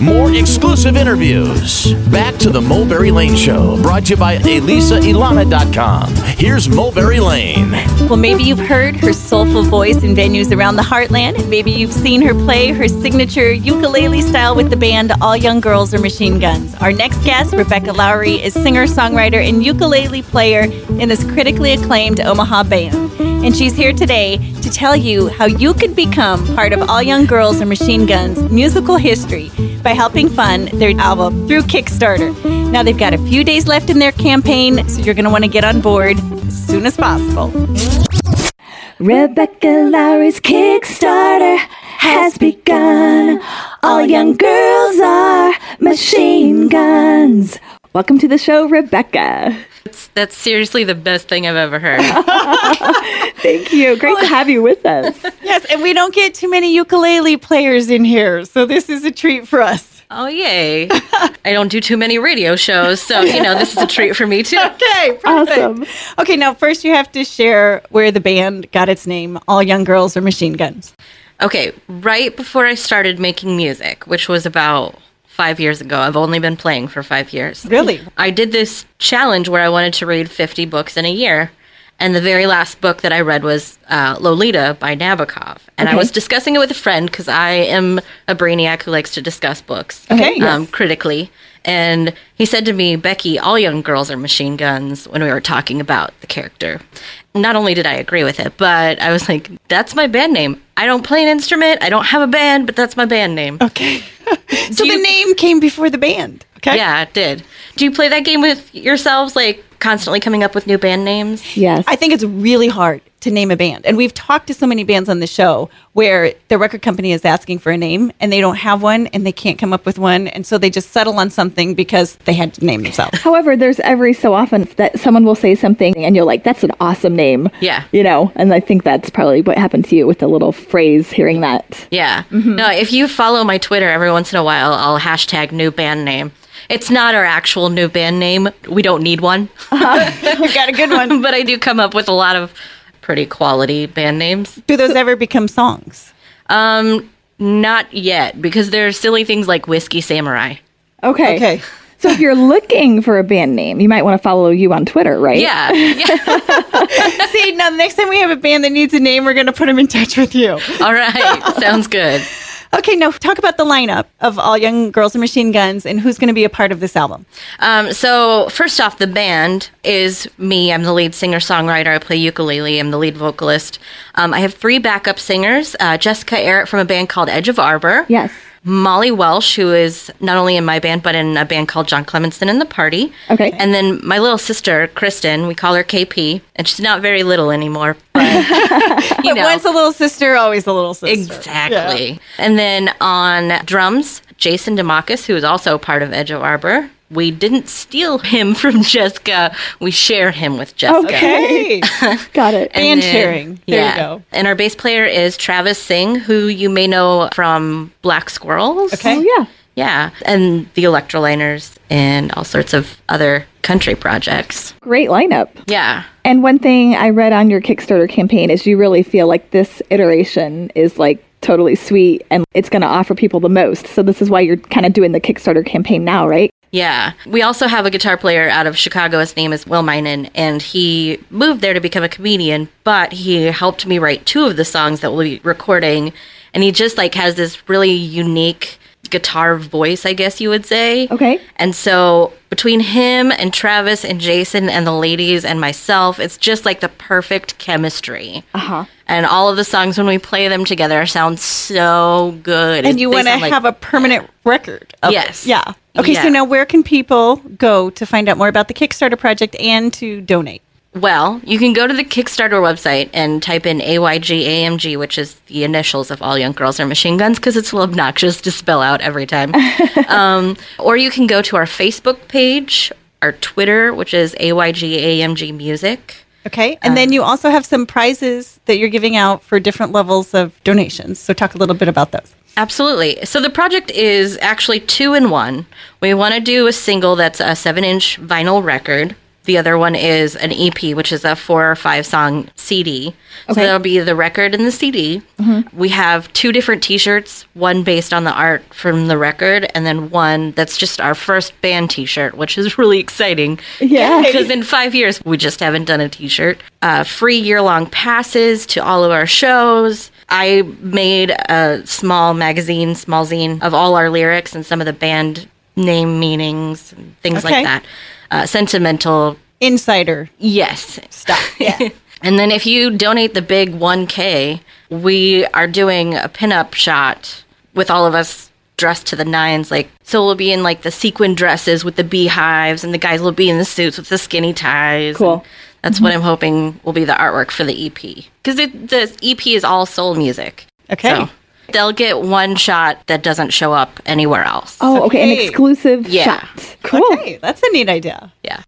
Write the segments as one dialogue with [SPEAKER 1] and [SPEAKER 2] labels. [SPEAKER 1] More exclusive interviews. Back to the Mulberry Lane Show, brought to you by ElisaElana.com. Here's Mulberry Lane.
[SPEAKER 2] Well, maybe you've heard her soulful voice in venues around the heartland. Maybe you've seen her play her signature ukulele style with the band All Young Girls Are Machine Guns. Our next guest, Rebecca Lowry, is singer, songwriter, and ukulele player in this critically acclaimed Omaha band. And she's here today to tell you how you can become part of All Young Girls Are Machine Guns musical history by helping fund their album through Kickstarter. Now they've got a few days left in their campaign, so you're going to want to get on board as soon as possible.
[SPEAKER 3] Rebecca Lowry's Kickstarter has begun. All young girls are machine guns. Welcome to the show, Rebecca.
[SPEAKER 4] That's seriously the best thing I've ever heard.
[SPEAKER 3] Thank you. Great to have you with us.
[SPEAKER 2] Yes, and we don't get too many ukulele players in here, so this is a treat for us.
[SPEAKER 4] oh, yay. I don't do too many radio shows, so, you know, this is a treat for me, too.
[SPEAKER 2] Okay, perfect.
[SPEAKER 3] Awesome.
[SPEAKER 2] Okay, now first you have to share where the band got its name. All young girls are machine guns.
[SPEAKER 4] Okay, right before I started making music, which was about five years ago, I've only been playing for five years.
[SPEAKER 2] Really?
[SPEAKER 4] I did this challenge where I wanted to read 50 books in a year. And the very last book that I read was uh, Lolita by Nabokov. And I was discussing it with a friend because I am a brainiac who likes to discuss books
[SPEAKER 2] Okay,
[SPEAKER 4] um, critically. And he said to me, Becky, all young girls are machine guns when we were talking about the character. Not only did I agree with it, but I was like, that's my band name. I don't play an instrument. I don't have a band, but that's my band name.
[SPEAKER 2] Okay. so
[SPEAKER 4] you-
[SPEAKER 2] the name came before the band. Okay.
[SPEAKER 4] Yeah, it did. Do you play that game with yourselves, like constantly coming up with new band names?
[SPEAKER 3] Yes.
[SPEAKER 2] I think it's really hard to name a band. And we've talked to so many bands on the show where the record company is asking for a name and they don't have one and they can't come up with one. And so they just settle on something because they had to name themselves.
[SPEAKER 3] However, there's every so often that someone will say something and you're like, that's an awesome name.
[SPEAKER 4] Yeah.
[SPEAKER 3] You know, and I think that's probably what happened to you with the little phrase hearing that.
[SPEAKER 4] Yeah.
[SPEAKER 2] Mm-hmm.
[SPEAKER 4] No, if you follow my Twitter every once in a while, I'll hashtag new band name. It's not our actual new band name. We don't need one.
[SPEAKER 2] You've got a good one.
[SPEAKER 4] but I do come up with a lot of pretty quality band names.
[SPEAKER 2] Do those ever become songs?
[SPEAKER 4] Um, not yet because there are silly things like Whiskey Samurai.
[SPEAKER 3] Okay. So if you're looking for a band name, you might want to follow you on Twitter, right?
[SPEAKER 4] Yeah, yeah.
[SPEAKER 2] See, now the next time we have a band that needs a name, we're going to put them in touch with you.
[SPEAKER 4] All right, sounds good.
[SPEAKER 2] Okay, now talk about the lineup of All Young Girls and Machine Guns and who's going to be a part of this album.
[SPEAKER 4] Um, so first off, the band is me. I'm the lead singer songwriter. I play ukulele. I'm the lead vocalist. Um, I have three backup singers: uh, Jessica Errett from a band called Edge of Arbor.
[SPEAKER 3] Yes.
[SPEAKER 4] Molly Welsh, who is not only in my band, but in a band called John Clemenson and the Party.
[SPEAKER 3] Okay.
[SPEAKER 4] And then my little sister, Kristen, we call her KP, and she's not very little anymore. But, you know,
[SPEAKER 2] Once a little sister, always a little sister.
[SPEAKER 4] exactly. And then on drums, Jason Demakis, who is also part of Edge of Arbor. We didn't steal him from Jessica, we share him with Jessica.
[SPEAKER 2] Okay.
[SPEAKER 3] Got it.
[SPEAKER 2] and
[SPEAKER 4] then-
[SPEAKER 2] sharing. There you go.
[SPEAKER 4] And our bass player is Travis Singh, who you may know from Black Squirrels.
[SPEAKER 2] Okay.
[SPEAKER 3] Oh, yeah.
[SPEAKER 4] Yeah, and the Electroliners and all sorts of other country projects.
[SPEAKER 3] Great lineup.
[SPEAKER 4] Yeah.
[SPEAKER 3] And one thing I read on your Kickstarter campaign is you really feel like this iteration is like totally sweet and it's going to offer people the most. So this is why you're kind of doing the Kickstarter campaign now, right?
[SPEAKER 4] Yeah. We also have a guitar player out of Chicago. His name is Will Minen, and he moved there to become a comedian, but he helped me write two of the songs that we'll be recording. And he just like has this really unique guitar voice, I guess you would say.
[SPEAKER 3] Okay.
[SPEAKER 4] And so between him and Travis and Jason and the ladies and myself, it's just like the perfect chemistry.
[SPEAKER 3] Uh-huh.
[SPEAKER 4] And all of the songs when we play them together sound so good.
[SPEAKER 2] And you
[SPEAKER 4] They
[SPEAKER 2] want to
[SPEAKER 4] sound like-
[SPEAKER 2] have a permanent record of it.
[SPEAKER 4] Yes.
[SPEAKER 2] Yeah. Okay, so
[SPEAKER 4] Yeah.
[SPEAKER 2] now where can people go to find out more about the Kickstarter project and to donate?
[SPEAKER 4] well, you can go to the Kickstarter website and type in AYGAMG, which is the initials of All Young Girls Are Machine Guns, because it's a little obnoxious to spell out every time. um, or you can go to our Facebook page, our Twitter, which is AYGAMG Music.
[SPEAKER 2] Okay. And then you also have some prizes that you're giving out for different levels of donations. So talk a little bit about those.
[SPEAKER 4] Absolutely. So the project is actually two in one. We want to do a single that's a seven inch vinyl record. The other one is an EP, which is a four or five song CD. So
[SPEAKER 3] Okay. Mm-hmm.
[SPEAKER 4] that'll be the record and the CD. We have two different t shirts, one based on the art from the record, and then one that's just our first band t shirt, which is really exciting.
[SPEAKER 3] Yeah.
[SPEAKER 4] Because in five years, we just haven't done a t shirt. Uh, free year long passes to all of our shows. I made a small magazine, small zine of all our lyrics and some of the band name meanings and things
[SPEAKER 2] Okay.
[SPEAKER 4] like that. Uh, sentimental,
[SPEAKER 2] Insider
[SPEAKER 4] yes.
[SPEAKER 2] stuff. Yeah.
[SPEAKER 4] And then if you donate the big 1K, we are doing a pinup shot with all of us dressed to the nines. Like, so we'll be in like the sequin dresses with the beehives, and the guys will be in the suits with the skinny ties.
[SPEAKER 3] Cool.
[SPEAKER 4] And That's what I'm hoping will be the artwork for the E EP. Because the EP is all soul music.
[SPEAKER 2] Okay.
[SPEAKER 4] they'll get one shot that doesn't show up anywhere else.
[SPEAKER 3] Oh, okay. An
[SPEAKER 2] Okay.
[SPEAKER 3] exclusive
[SPEAKER 4] Yeah.
[SPEAKER 3] shot. Cool.
[SPEAKER 2] Okay, that's a neat idea.
[SPEAKER 4] Yeah.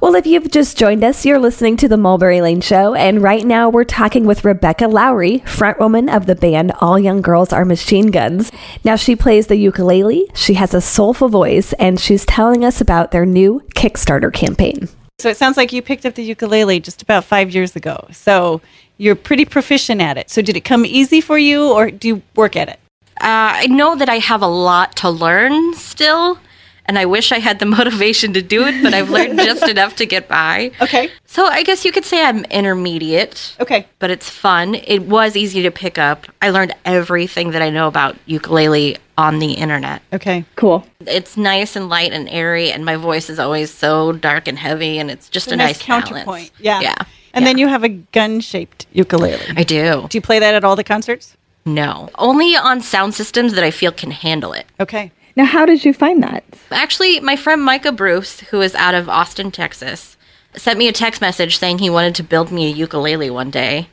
[SPEAKER 5] Well, if you've just joined us, you're listening to the Mulberry Lane Show, and right now we're talking with Rebecca Lowry, frontwoman of the band All Young Girls Are Machine Guns. Now she plays the ukulele, she has a soulful voice, and she's telling us about their new Kickstarter campaign.
[SPEAKER 2] So it sounds like you picked up the ukulele just about five years ago. So you're pretty proficient at it. So did it come easy for you, or do you work at it?
[SPEAKER 4] Uh, I know that I have a lot to learn still, and I wish I had the motivation to do it, but I've learned just enough to get by.
[SPEAKER 2] Okay.
[SPEAKER 4] So I guess you could say I'm intermediate,
[SPEAKER 2] Okay.
[SPEAKER 4] but it's fun. It was easy to pick up. I learned everything that I know about ukulele on the internet.
[SPEAKER 2] Okay.
[SPEAKER 3] Cool.
[SPEAKER 4] It's nice and light and airy, and my voice is always so dark and heavy, and it's just a, nice,
[SPEAKER 2] counterpoint.
[SPEAKER 4] balance.
[SPEAKER 2] Yeah.
[SPEAKER 4] Yeah.
[SPEAKER 2] And then
[SPEAKER 4] Yeah.
[SPEAKER 2] you have a gun-shaped ukulele.
[SPEAKER 4] I do.
[SPEAKER 2] Do you play that at all the concerts?
[SPEAKER 4] No. Only on sound systems that I feel can handle it.
[SPEAKER 2] Okay.
[SPEAKER 3] Now, how did you find that?
[SPEAKER 4] Actually, my friend Micah Bruce, who is out of Austin, Texas, sent me a text message saying he wanted to build me a ukulele one day.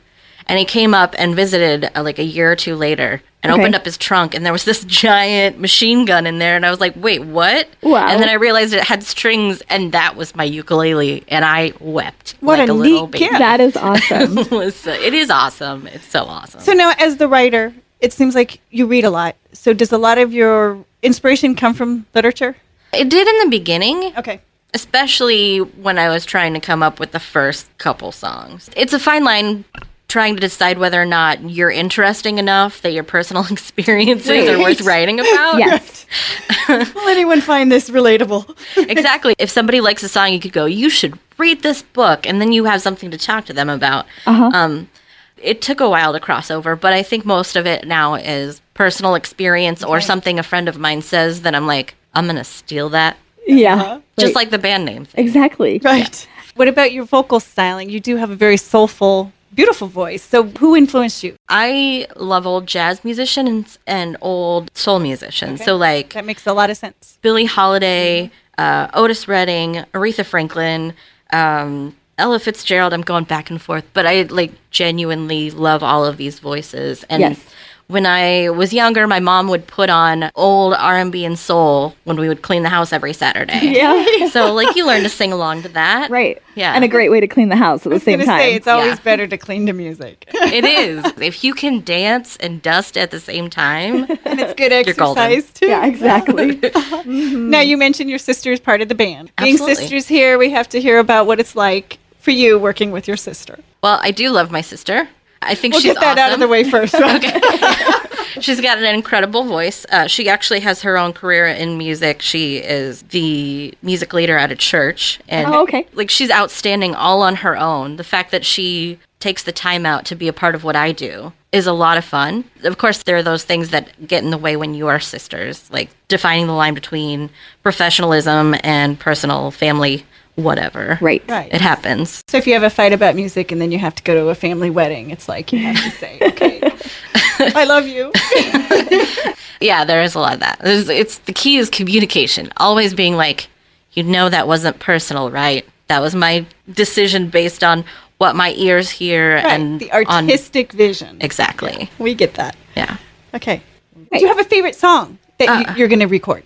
[SPEAKER 4] And he came up and visited uh, like a year or two later and
[SPEAKER 3] Okay.
[SPEAKER 4] opened up his trunk and there was this giant machine gun in there and I was like, "Wait, what?"
[SPEAKER 3] Wow.
[SPEAKER 4] And then I realized it had strings and that was my ukulele and I wept
[SPEAKER 2] What
[SPEAKER 4] like
[SPEAKER 2] a
[SPEAKER 4] a, little
[SPEAKER 2] neat
[SPEAKER 4] baby.
[SPEAKER 2] gift.
[SPEAKER 3] That is awesome.
[SPEAKER 4] It was so- it is awesome. It's so awesome.
[SPEAKER 2] So now, as the writer, it seems like you read a lot. So does a lot of your inspiration come from literature?
[SPEAKER 4] it did in the beginning.
[SPEAKER 2] Okay.
[SPEAKER 4] especially when I was trying to come up with the first couple songs. It's a fine line trying to decide whether or not you're interesting enough that your personal experiences are worth writing about.
[SPEAKER 3] yes.
[SPEAKER 2] Will anyone find this relatable?
[SPEAKER 4] exactly. If somebody likes a song, you could go, you should read this book, and then you have something to talk to them about. Um, it took a while to cross over, but I think most of it now is personal experience or something a friend of mine says that I'm like, I'm going to steal that.
[SPEAKER 3] Yeah.
[SPEAKER 4] Just
[SPEAKER 3] Right.
[SPEAKER 4] like the band name.
[SPEAKER 3] Exactly.
[SPEAKER 2] Right. What about your vocal styling? You do have a very soulful, beautiful voice. So who influenced you?
[SPEAKER 4] I love old jazz musicians and old soul musicians. So like
[SPEAKER 2] That makes a lot of sense.
[SPEAKER 4] Billie Holiday, uh, Otis Redding, Aretha Franklin, um, Ella Fitzgerald. I'm going back and forth, but I like genuinely love all of these voices. And
[SPEAKER 3] Yes.
[SPEAKER 4] when I was younger, my mom would put on old R&B and soul when we would clean the house every Saturday.
[SPEAKER 3] Yeah.
[SPEAKER 4] So like you learn to sing along to that.
[SPEAKER 3] right.
[SPEAKER 4] Yeah.
[SPEAKER 3] And a great way to clean the house at the same
[SPEAKER 2] gonna
[SPEAKER 3] time.
[SPEAKER 2] say it's always
[SPEAKER 4] Yeah.
[SPEAKER 2] better to clean to music.
[SPEAKER 4] It is. If you can dance and dust at the same time,
[SPEAKER 2] and it's good
[SPEAKER 4] You're golden.
[SPEAKER 2] exercise too.
[SPEAKER 3] yeah, exactly.
[SPEAKER 2] Now you mentioned your sister is part of the band. Being
[SPEAKER 4] Absolutely.
[SPEAKER 2] sisters here, we have to hear about what it's like for you working with your sister.
[SPEAKER 4] Well, I do love my sister. I think
[SPEAKER 2] We'll
[SPEAKER 4] she's
[SPEAKER 2] get that out of the
[SPEAKER 4] awesome.
[SPEAKER 2] way first. okay.
[SPEAKER 4] She's got an incredible voice. Uh, she actually has her own career in music. She is the music leader at a church, and
[SPEAKER 3] Oh, okay.
[SPEAKER 4] like she's outstanding all on her own. The fact that she takes the time out to be a part of what I do is a lot of fun. Of course, there are those things that get in the way when you are sisters, like defining the line between professionalism and personal family, whatever.
[SPEAKER 3] right.
[SPEAKER 2] Right.
[SPEAKER 4] It happens.
[SPEAKER 2] So if you have a fight about music and then you have to go to a family wedding, it's like you have to say, "Okay, I love you."
[SPEAKER 4] Yeah, there is a lot of that. There's, it's the key is communication. Always being like, you know, that wasn't personal, right? That was my decision based on what my ears hear
[SPEAKER 2] Right.
[SPEAKER 4] and
[SPEAKER 2] The
[SPEAKER 4] on-
[SPEAKER 2] artistic vision.
[SPEAKER 4] exactly.
[SPEAKER 2] We get that.
[SPEAKER 4] Yeah.
[SPEAKER 2] Okay. Do you have a favorite song that
[SPEAKER 4] Uh.
[SPEAKER 2] you, you're going to record?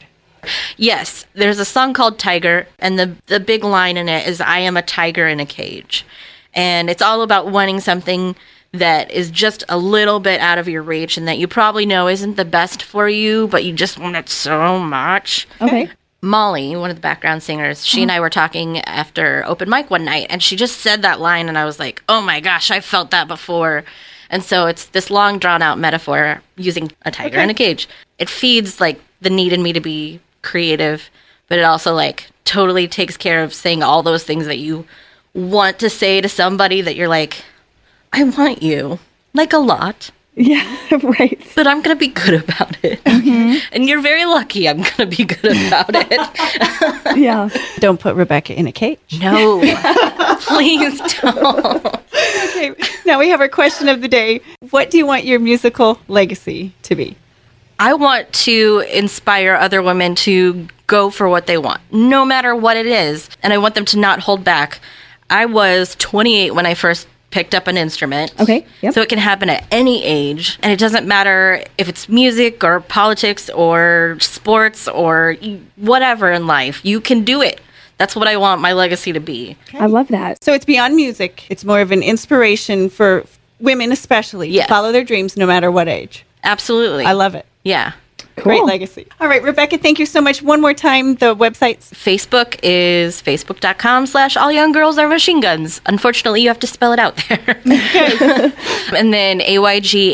[SPEAKER 4] Yes, there's a song called Tiger, and the the big line in it is, "I am a tiger in a cage," and it's all about wanting something that is just a little bit out of your reach and that you probably know isn't the best for you, but you just want it so much.
[SPEAKER 3] Okay.
[SPEAKER 4] Molly, one of the background singers, she and I were talking after open mic one night, and she just said that line, and I was like, oh my gosh, I felt that before. And so it's this long, drawn out metaphor using a tiger in a cage. It feeds like the need in me to be creative, but it also like totally takes care of saying all those things that you want to say to somebody that you're like, I want you, like a lot
[SPEAKER 3] Yeah, right.
[SPEAKER 4] but I'm gonna be good about it. And you're very lucky I'm gonna be good about it.
[SPEAKER 3] Yeah.
[SPEAKER 6] Don't put Rebecca in a cage.
[SPEAKER 4] No, please don't.
[SPEAKER 6] Okay, now we have our question of the day. What do you want your musical legacy to be?
[SPEAKER 4] I want to inspire other women to go for what they want, no matter what it is. And I want them to not hold back. I was 28 when I first picked up an instrument.
[SPEAKER 3] Okay, yep.
[SPEAKER 4] So it can happen at any age. And it doesn't matter if it's music or politics or sports or y- whatever in life, you can do it. That's what I want my legacy to be.
[SPEAKER 3] I love that.
[SPEAKER 6] So it's beyond music. It's more of an inspiration for women, especially,
[SPEAKER 4] Yes.
[SPEAKER 6] to follow their dreams no matter what age.
[SPEAKER 4] Absolutely.
[SPEAKER 6] I love it.
[SPEAKER 4] Yeah.
[SPEAKER 6] Great
[SPEAKER 3] Cool.
[SPEAKER 6] legacy. All right, Rebecca, thank you so much. One more time, the websites.
[SPEAKER 4] Facebook is facebook.com slash all young girls are machine guns. Unfortunately, you have to spell it out there. and then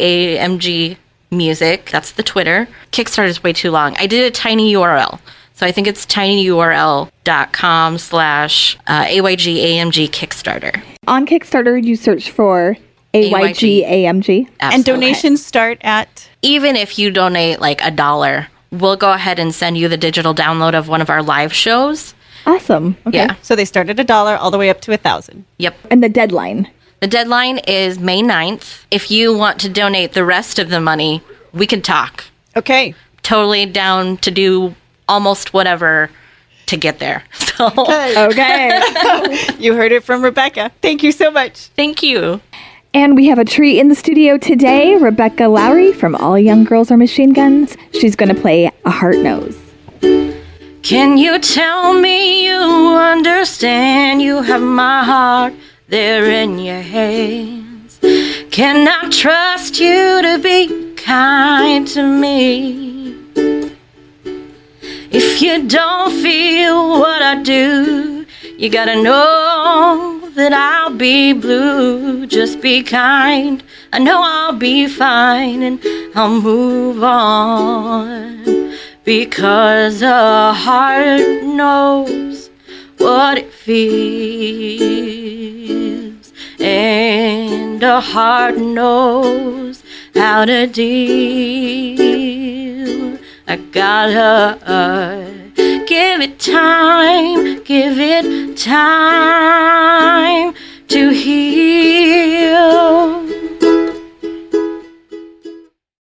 [SPEAKER 4] AYGAMG music. That's the Twitter. Kickstarter is way too long. I did a tiny URL. So I think it's tinyurl.com slash uh, AYGAMG Kickstarter.
[SPEAKER 3] On Kickstarter, you search for
[SPEAKER 4] AYG.
[SPEAKER 3] AYGAMG.
[SPEAKER 6] And
[SPEAKER 4] Absolutely.
[SPEAKER 6] donations start at
[SPEAKER 4] even if you donate like a dollar, we'll go ahead and send you the digital download of one of our live shows.
[SPEAKER 3] Awesome. Okay.
[SPEAKER 4] Yeah.
[SPEAKER 6] so they start at a dollar all the way up to a thousand.
[SPEAKER 4] Yep.
[SPEAKER 3] And the deadline.
[SPEAKER 4] The deadline is May 9th. If you want to donate the rest of the money, we can talk.
[SPEAKER 6] Okay.
[SPEAKER 4] Totally down to do almost whatever to get there. So
[SPEAKER 3] Okay.
[SPEAKER 6] You heard it from Rebecca. Thank you so much.
[SPEAKER 4] thank you.
[SPEAKER 3] And we have a treat in the studio today. Rebecca Lowry from All Young Girls Are Machine Guns. She's going to play a heart nose.
[SPEAKER 4] Can you tell me you understand? You have my heart there in your hands. Can I trust you to be kind to me? If you don't feel what I do, you gotta know that I'll be blue. Just be kind. I know I'll be fine and I'll move on. Because a heart knows what it feels, and a heart knows how to deal. I gotta uh, give it time, give it time to heal.